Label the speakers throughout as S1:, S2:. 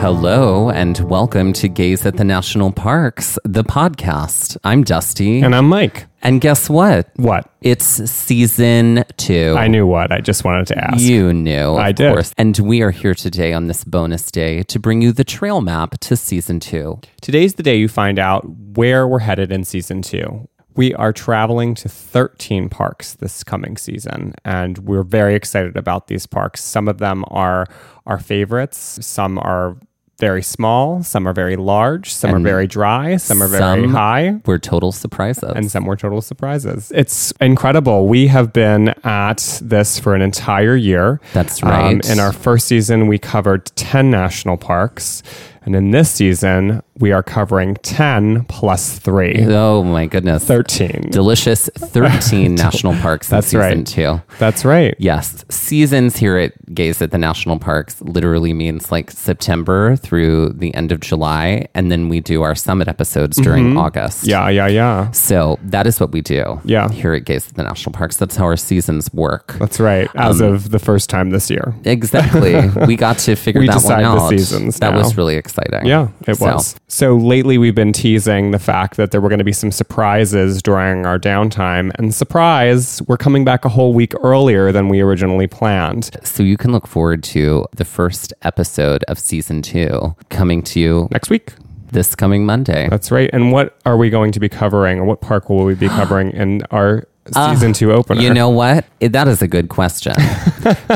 S1: Hello and welcome to Gaze at the National Parks, the podcast. I'm Dusty.
S2: And I'm Mike.
S1: And guess what?
S2: What?
S1: It's season two.
S2: I knew what. I just wanted to ask.
S1: You knew.
S2: I
S1: of
S2: did.
S1: course. And we are here today on this bonus day to bring you the trail map to season two.
S2: Today's the day you find out where we're headed in season two. We are traveling to 13 parks this coming season, and we're very excited about these parks. Some of them are our favorites, some are very small, some are very large, some are very dry, some are very
S1: some-
S2: high.
S1: We're total surprises.
S2: And some were total surprises. It's incredible. We have been at this for an entire year. Um,
S1: That's right.
S2: in our first season, we covered 10 national parks. And in this season, we are covering 10 plus 3,
S1: oh my goodness.
S2: 13.
S1: Delicious 13 national parks
S2: That's
S1: in season
S2: right.
S1: two.
S2: That's right.
S1: Yes, seasons here at Gaze at the National Parks literally means like September through the end of July. And then we do our summit episodes during August.
S2: Mm-hmm. Yeah, yeah, yeah.
S1: So that is what we do
S2: Yeah. Uh,
S1: here at Gaze at the National Parks. That's how our seasons work.
S2: That's right. As
S1: Um,
S2: of the first time this year.
S1: Exactly. we got to figure
S2: We
S1: that one
S2: decide the
S1: out.
S2: seasons
S1: that
S2: now.
S1: was really exciting.
S2: Yeah, it
S1: So,
S2: was. So lately, we've been teasing the fact that there were going to be some surprises during our downtime. And surprise, we're coming back a whole week earlier than we originally planned.
S1: So you can look forward to the first episode of season two coming to you
S2: Next week.
S1: this coming Monday.
S2: That's right. And what are we going to be covering, or what park will we be covering in our season two opener?
S1: Uh, You know what? It- that is a good question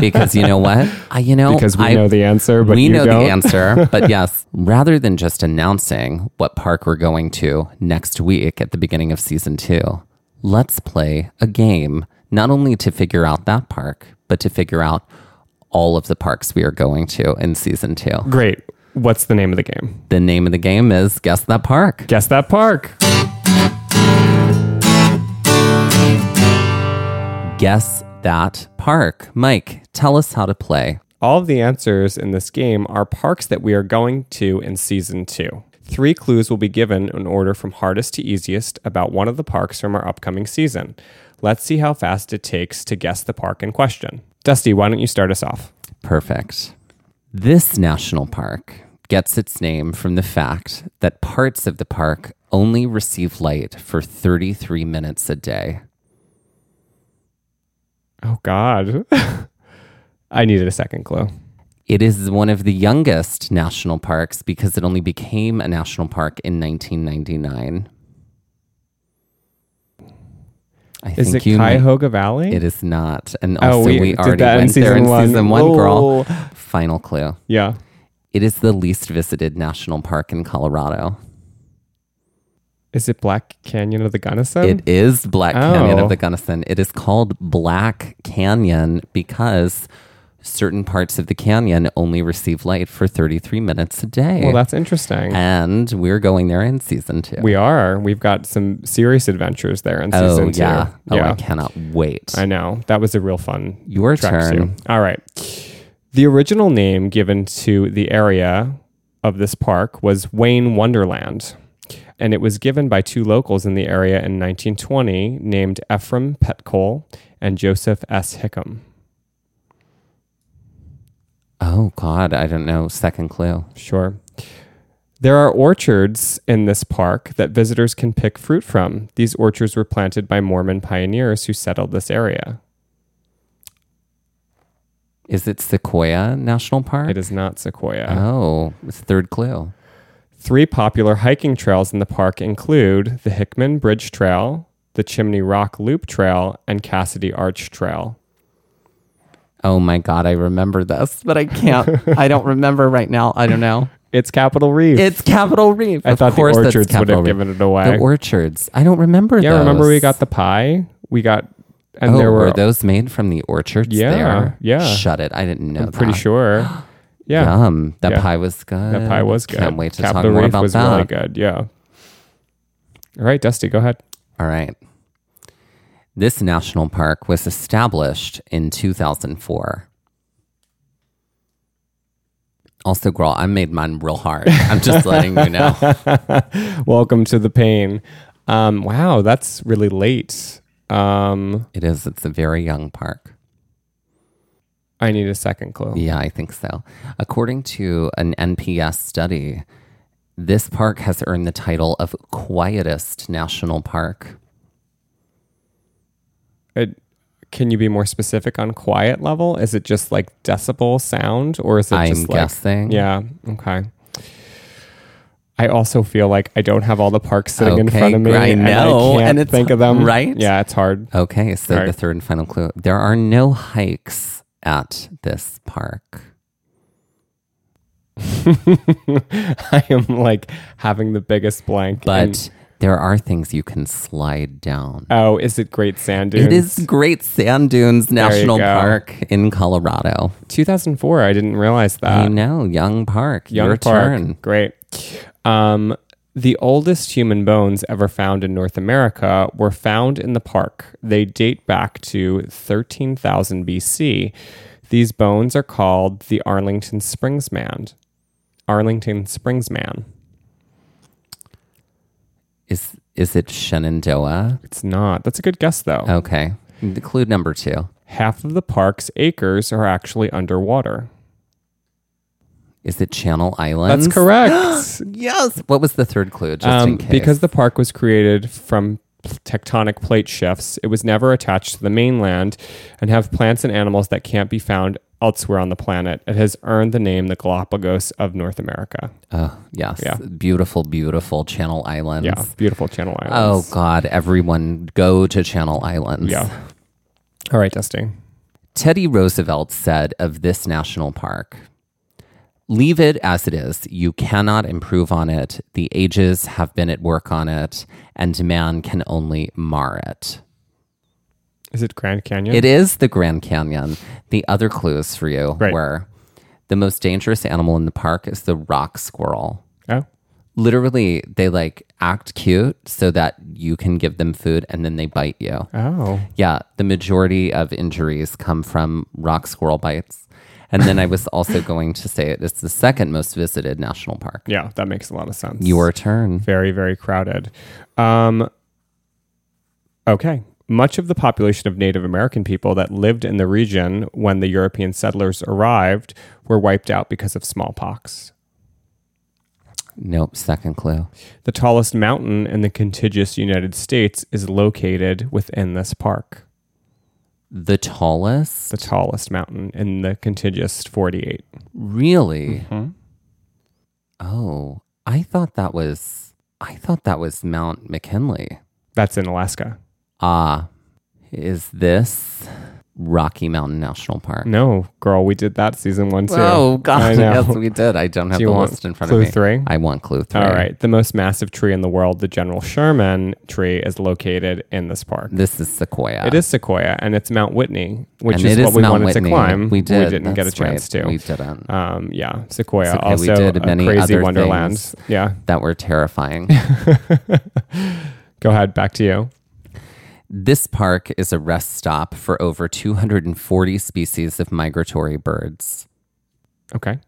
S1: because you know what? I, you know
S2: because we
S1: I-
S2: know the answer, but
S1: we
S2: you
S1: know
S2: don't.
S1: the answer, but yes, rather than just announcing what park we're going to next week at the beginning of season two, let's play a game, not only to figure out that park, but to figure out all of the parks we are going to in season two.
S2: Great. What's the name of the game?
S1: The name of the game is Guess That Park.
S2: Guess that park.
S1: Guess That Park. Mike, tell us how to play.
S2: All of the answers in this game are parks that we are going to in season two. Three clues will be given in order from hardest to easiest about one of the parks from our upcoming season. Let's see how fast it takes to guess the park in question. Dusty, why don't you start us off?
S1: Perfect. This national park gets its name from the fact that parts of the park only receive light for 33 minutes a day.
S2: Oh, God. I needed a second clue.
S1: It is one of the youngest national parks because it only became a national park in 1999. I
S2: Is it
S1: you may-
S2: Cuyahoga Valley?
S1: It is not. And also, we,
S2: Oh, did
S1: already
S2: that in
S1: went there in
S2: season one.
S1: season one, girl.
S2: Oh.
S1: Final clue.
S2: Yeah.
S1: It is the least visited national park in Colorado.
S2: Is it Black Canyon of the Gunnison?
S1: It is Black Canyon
S2: Um, Oh.
S1: of the Gunnison. It is called Black Canyon because certain parts of the canyon only receive light for 33 minutes a day.
S2: Well, that's interesting.
S1: and we're going there in season two.
S2: we are. We've got some serious adventures there in
S1: oh,
S2: season two.
S1: yeah. Oh, I cannot wait.
S2: I know. That was a real fun
S1: Your
S2: track
S1: turn.
S2: suit. All right. The original name given to the area of this park was Wayne Wonderland, and it was given by two locals in the area in 1920 named Ephraim Petcole and Joseph S. Hickam.
S1: Oh, God. I don't know. Second clue.
S2: Sure. There are orchards in this park that visitors can pick fruit from. These orchards were planted by Mormon pioneers who settled this area.
S1: Is it Sequoia National Park?
S2: It is not Sequoia.
S1: Oh, it's third clue.
S2: Three popular hiking trails in the park include the Hickman Bridge Trail, the Chimney Rock Loop Trail, and Cassidy Arch Trail.
S1: Oh my God, I remember this, but I can't. I don't remember right now. I don't know.
S2: It's Capitol Reef.
S1: It's Capitol Reef.
S2: I
S1: Of
S2: thought the
S1: course that's
S2: orchards would
S1: Capitol
S2: have
S1: Reef.
S2: given it away.
S1: The orchards. I don't remember
S2: yeah,
S1: those.
S2: remember we got the pie? We got, and
S1: oh,
S2: there were,
S1: those made from the orchards
S2: Yeah,
S1: there?
S2: yeah.
S1: Shut it. I didn't know
S2: I'm pretty
S1: that.
S2: sure. Yeah.
S1: Yum. That
S2: Yeah.
S1: pie was good.
S2: That pie was good.
S1: Can't wait to
S2: Capitol
S1: talk more
S2: Reef
S1: about
S2: was
S1: that.
S2: really good. Yeah. All right, Dusty, go ahead.
S1: All right. This national park was established in 2004. Also, girl, I made mine real hard. I'm just letting you know.
S2: Welcome to the pain. Um, wow, that's really late. Um,
S1: It is. It's a very young park.
S2: I need a second clue.
S1: Yeah, I think so. According to an NPS study, this park has earned the title of quietest national park.
S2: It, can you be more specific on quiet level? Is it just like decibel sound, or is it
S1: I'm
S2: just like
S1: guessing.
S2: yeah? Okay. I also feel like I don't have all the parks sitting in
S1: Okay,
S2: front of me.
S1: gr- I know,
S2: and, I can't
S1: and it's-
S2: think of them.
S1: right?
S2: Yeah, it's hard.
S1: Okay, so
S2: Right.
S1: the third and final clue there are no hikes at this park.
S2: I am like having the biggest blank.
S1: but
S2: and-
S1: there are things you can slide down.
S2: oh, is it Great Sand Dunes?
S1: It is Great Sand Dunes National
S2: go.
S1: Park in Colorado.
S2: 2004. I didn't realize
S1: I
S2: that.
S1: know, Young Park.
S2: Uh, Young
S1: your
S2: Park.
S1: turn.
S2: Great. Um, the oldest human bones ever found in North America were found in the park. They date back to 13,000 BC. These bones are called the Arlington Springs Man. Arlington Springs Man.
S1: Is is it Shenandoah?
S2: It's not. That's a good guess, though.
S1: Okay. The clue number two.
S2: Half of the park's acres are actually underwater.
S1: Is it Channel Islands?
S2: That's correct.
S1: Yes. What was the third clue? Just in
S2: Um,
S1: case.
S2: because the park was created from pl- tectonic plate shifts, it was never attached to the mainland and have plants and animals that can't be found elsewhere on the planet. It has earned the name the Galapagos of North America.
S1: oh, yes.
S2: Yeah.
S1: Beautiful, beautiful Channel Islands.
S2: Yeah, beautiful Channel
S1: Oh
S2: Islands.
S1: God! Everyone, go to Channel Islands.
S2: yeah. All right, Dusty.
S1: Teddy Roosevelt said of this national park Leave it as it is. You cannot improve on it. The ages have been at work on it, and man can only mar it.
S2: Is it Grand Canyon?
S1: It is the Grand Canyon. The other clues for you
S2: Right.
S1: were the most dangerous animal in the park is the rock squirrel.
S2: Oh,
S1: Literally, they like act cute so that you can give them food and then they bite you.
S2: oh,
S1: Yeah, the majority of injuries come from rock squirrel bites. And then I was also going to say it is the second most visited national park.
S2: yeah. That makes a lot of sense.
S1: Your turn.
S2: very very crowded um okay much of the population of native american people that lived in the region when the european settlers arrived were wiped out because of smallpox
S1: Nope, second clue.
S2: the tallest mountain in the contiguous united states is located within this park
S1: The tallest?
S2: the tallest mountain in the contiguous 48
S1: Really? Oh, I thought that was I thought that was Mount McKinley.
S2: that's in alaska
S1: Ah, is this Rocky Mountain National Park?
S2: no girl we did that season one too
S1: Oh
S2: I
S1: God!
S2: know.
S1: Yes, we did. I don't have
S2: Do you
S1: the
S2: want
S1: list in front
S2: clue
S1: of me.
S2: three?
S1: I want clue three.
S2: all right the most massive tree in the world the general sherman tree is located in this park
S1: This is Sequoia.
S2: It is Sequoia, and it's Mount Whitney, which
S1: And
S2: is
S1: it
S2: what
S1: is
S2: we
S1: Mount
S2: wanted
S1: Whitney.
S2: to climb.
S1: We did.
S2: not get a
S1: That's
S2: chance
S1: right.
S2: to.
S1: We didn't.
S2: Um, yeah, Sequoia.
S1: okay. We
S2: Also,
S1: did
S2: a
S1: many
S2: crazy
S1: other
S2: wonderland.
S1: things.
S2: Yeah,
S1: That were terrifying.
S2: go ahead. Back to you.
S1: this park is a rest stop for over 240 species of migratory birds.
S2: Okay.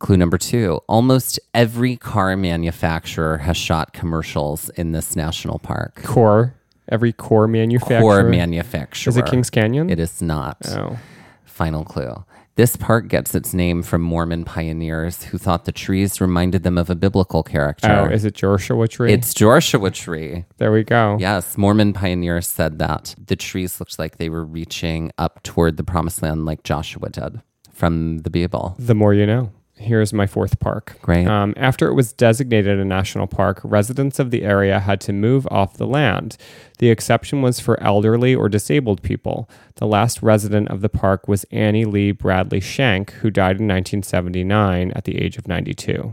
S1: Clue number two almost every car manufacturer has shot commercials in this national park.
S2: Core. Every core manufacturer.
S1: Core manufacturer.
S2: Is it Kings Canyon?
S1: It is not.
S2: Oh.
S1: Final clue. This park gets its name from Mormon pioneers who thought the trees reminded them of a biblical character.
S2: Oh, is it Joshua Tree?
S1: it's Joshua tree.
S2: there we go.
S1: Yes, Mormon pioneers said that the trees looked like they were reaching up toward the promised land like Joshua did from the Bible.
S2: The more you know. Here's my fourth park.
S1: Great.
S2: Um, after it was designated a national park, residents of the area had to move off the land. The exception was for elderly or disabled people. The last resident of the park was Annie Lee Bradley Shank, who died in 1979 at the age of 92.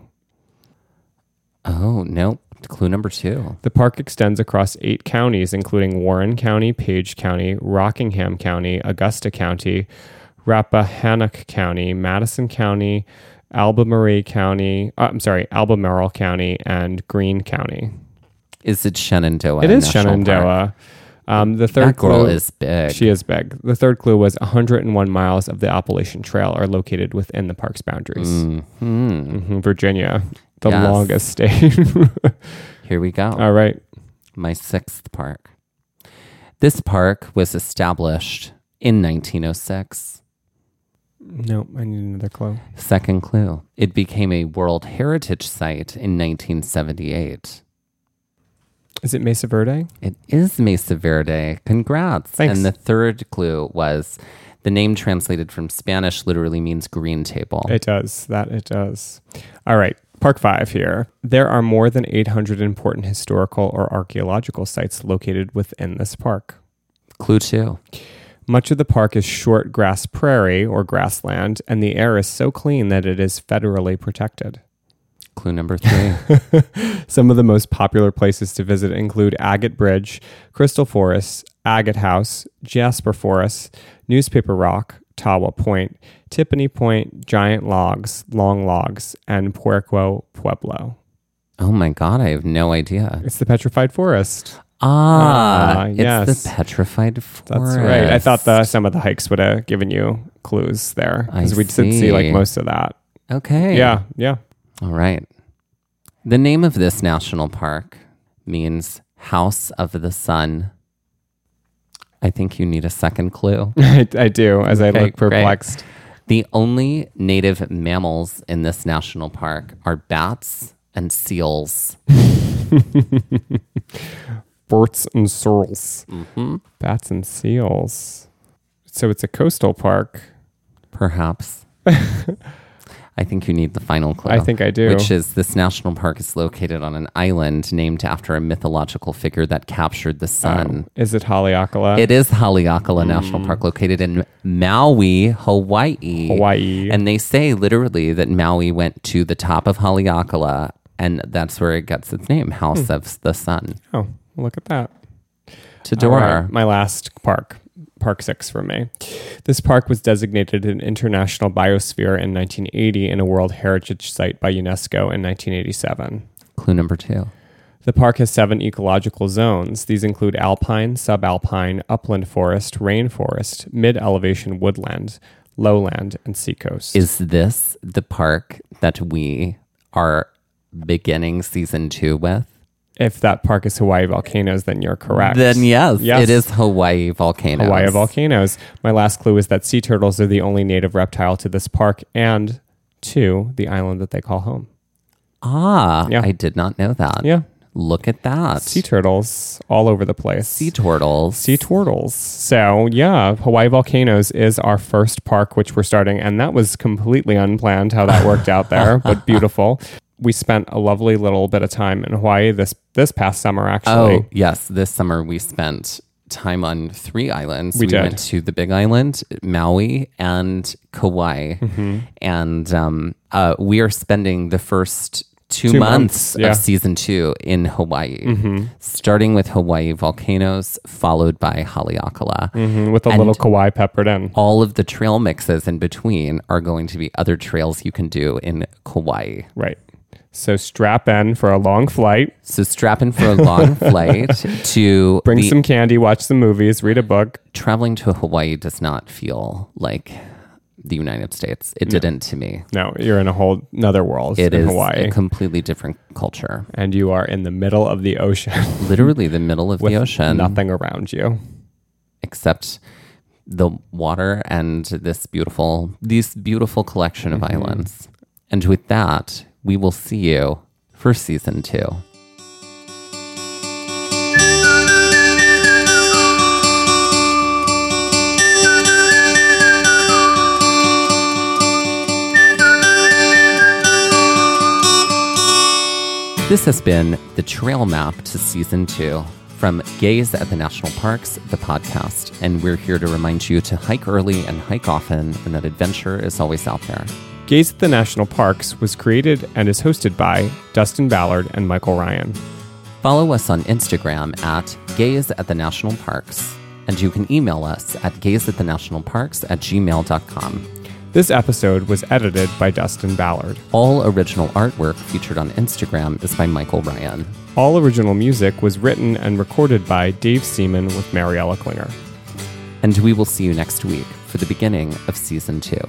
S1: Oh, nope. Clue number two.
S2: The park extends across eight counties, including Warren County, Page County, Rockingham County, Augusta County, Rappahannock County, Madison County, Albemarle County, uh, I'm sorry, Albemarle County, and Green County.
S1: Is it Shenandoah?
S2: It is
S1: National Park?
S2: Shenandoah. Um, the third
S1: That girl
S2: clue,
S1: is big.
S2: She is big. The third clue was 101 miles of the Appalachian Trail are located within the park's boundaries.
S1: Mm-hmm.
S2: Mhm, Virginia, the
S1: Mm. Yes.
S2: longest state.
S1: Here we go.
S2: All right.
S1: My sixth park. This park was established in 1906.
S2: Nope, I need another clue.
S1: Second clue. It became a World Heritage Site in 1978.
S2: Is it Mesa Verde?
S1: It is Mesa Verde. Congrats.
S2: Thanks.
S1: And the third clue was the name translated from Spanish literally means green table.
S2: It does. That it does. All right. Park 5 here. There are more than 800 important historical or archaeological sites located within this park.
S1: clue two.
S2: Much of the park is short grass prairie or grassland, and the air is so clean that it is federally protected.
S1: Clue number three.
S2: Some of the most popular places to visit include Agate Bridge, Crystal Forest, Agate House, Jasper Forest, Newspaper Rock, Tawa Point, Tippany Point, Giant Logs, Long Logs, and Puerco Pueblo.
S1: oh my God, I have no idea.
S2: It's the Petrified Forest.
S1: Ah,
S2: Ah,
S1: it's
S2: yes.
S1: the petrified
S2: That's
S1: forest.
S2: right. I thought the, some of the hikes would have given you clues there
S1: I
S2: because we did see like
S1: see.
S2: most of that.
S1: Okay.
S2: Yeah, yeah.
S1: All right. The name of this national park means House of the Sun. I think you need a second clue.
S2: I, I do as I
S1: Okay,
S2: look
S1: great.
S2: perplexed.
S1: The only native mammals in this national park are bats and seals.
S2: Birds and seals,
S1: Mm-hmm.
S2: bats and seals. So it's a coastal park.
S1: Perhaps. I think you need the final clue.
S2: I think I do.
S1: Which is this national park is located on an island named after a mythological figure that captured the sun.
S2: Um, Is it Haleakala?
S1: It is Haleakala National
S2: Mm.
S1: Park, located in Maui, Hawaii.
S2: Hawaii.
S1: And they say literally that Maui went to the top of Haleakala, and that's where it gets its name, House of the Sun.
S2: oh, look at that.
S1: To
S2: Hmm. All right,
S1: Dora.
S2: my last park, Park 6 for me. This park was designated an international biosphere in 1980 and a World Heritage Site by UNESCO in 1987.
S1: Clue number two.
S2: The park has seven ecological zones. These include alpine, subalpine, upland forest, rainforest, mid elevation woodland, lowland, and seacoast.
S1: Is this the park that we are beginning season two with?
S2: if that park is Hawaii volcanoes, then you're correct.
S1: Then yes,
S2: Yes.
S1: it is Hawaii volcanoes.
S2: Hawaii volcanoes. My last clue is that sea turtles are the only native reptile to this park and to the island that they call home.
S1: Ah,
S2: Yeah.
S1: I did not know that.
S2: Yeah.
S1: Look at that.
S2: Sea turtles all over the place.
S1: sea turtles.
S2: sea turtles. So, yeah, Hawaii Volcanoes is our first park, which we're starting. And that was completely unplanned how that worked out there, but beautiful. We spent a lovely little bit of time in Hawaii this this past summer, actually.
S1: Oh, yes. This summer we spent time on three islands.
S2: We did.
S1: went to the Big Island, Maui, and Kauai.
S2: Mm-hmm.
S1: And um, uh, we are spending the first two,
S2: Two months,
S1: months,
S2: yeah. Mm-hmm.
S1: of season two in Hawaii, starting with Hawaii volcanoes, followed by Haleakala.
S2: Mhm, With a little Kauai peppered in.
S1: All of the trail mixes in between are going to be other trails you can do in Kauai.
S2: Right. So, strap in for a long flight.
S1: So strap in for a long flight to
S2: Bring
S1: the
S2: some candy, watch some movies, read a book.
S1: traveling to Hawaii does not feel like the United States. It didn't to me.
S2: No, you're in a whole another world
S1: It
S2: in
S1: is
S2: Hawaii.
S1: a completely different culture.
S2: and you are in the middle of the ocean,
S1: Literally the middle of the ocean,
S2: nothing around you.
S1: except the water and this beautiful, this beautiful collection of
S2: Mm-hmm.
S1: islands. And with that, we will see you for season two. This has been the trail map to season two from Gaze at the National Parks, the podcast. And we're here to remind you to hike early and hike often, and that adventure is always out there.
S2: Gaze at the National Parks was created and is hosted by Dustin Ballard and Michael Ryan.
S1: Follow us on Instagram at Gaze at the National Parks, and you can email us at gaze at the national parks at gmail.com.
S2: This episode was edited by Dustin Ballard.
S1: All original artwork featured on Instagram is by Michael Ryan.
S2: All original music was written and recorded by Dave Seaman with Mariella Klinger.
S1: And we will see you next week for the beginning of season two.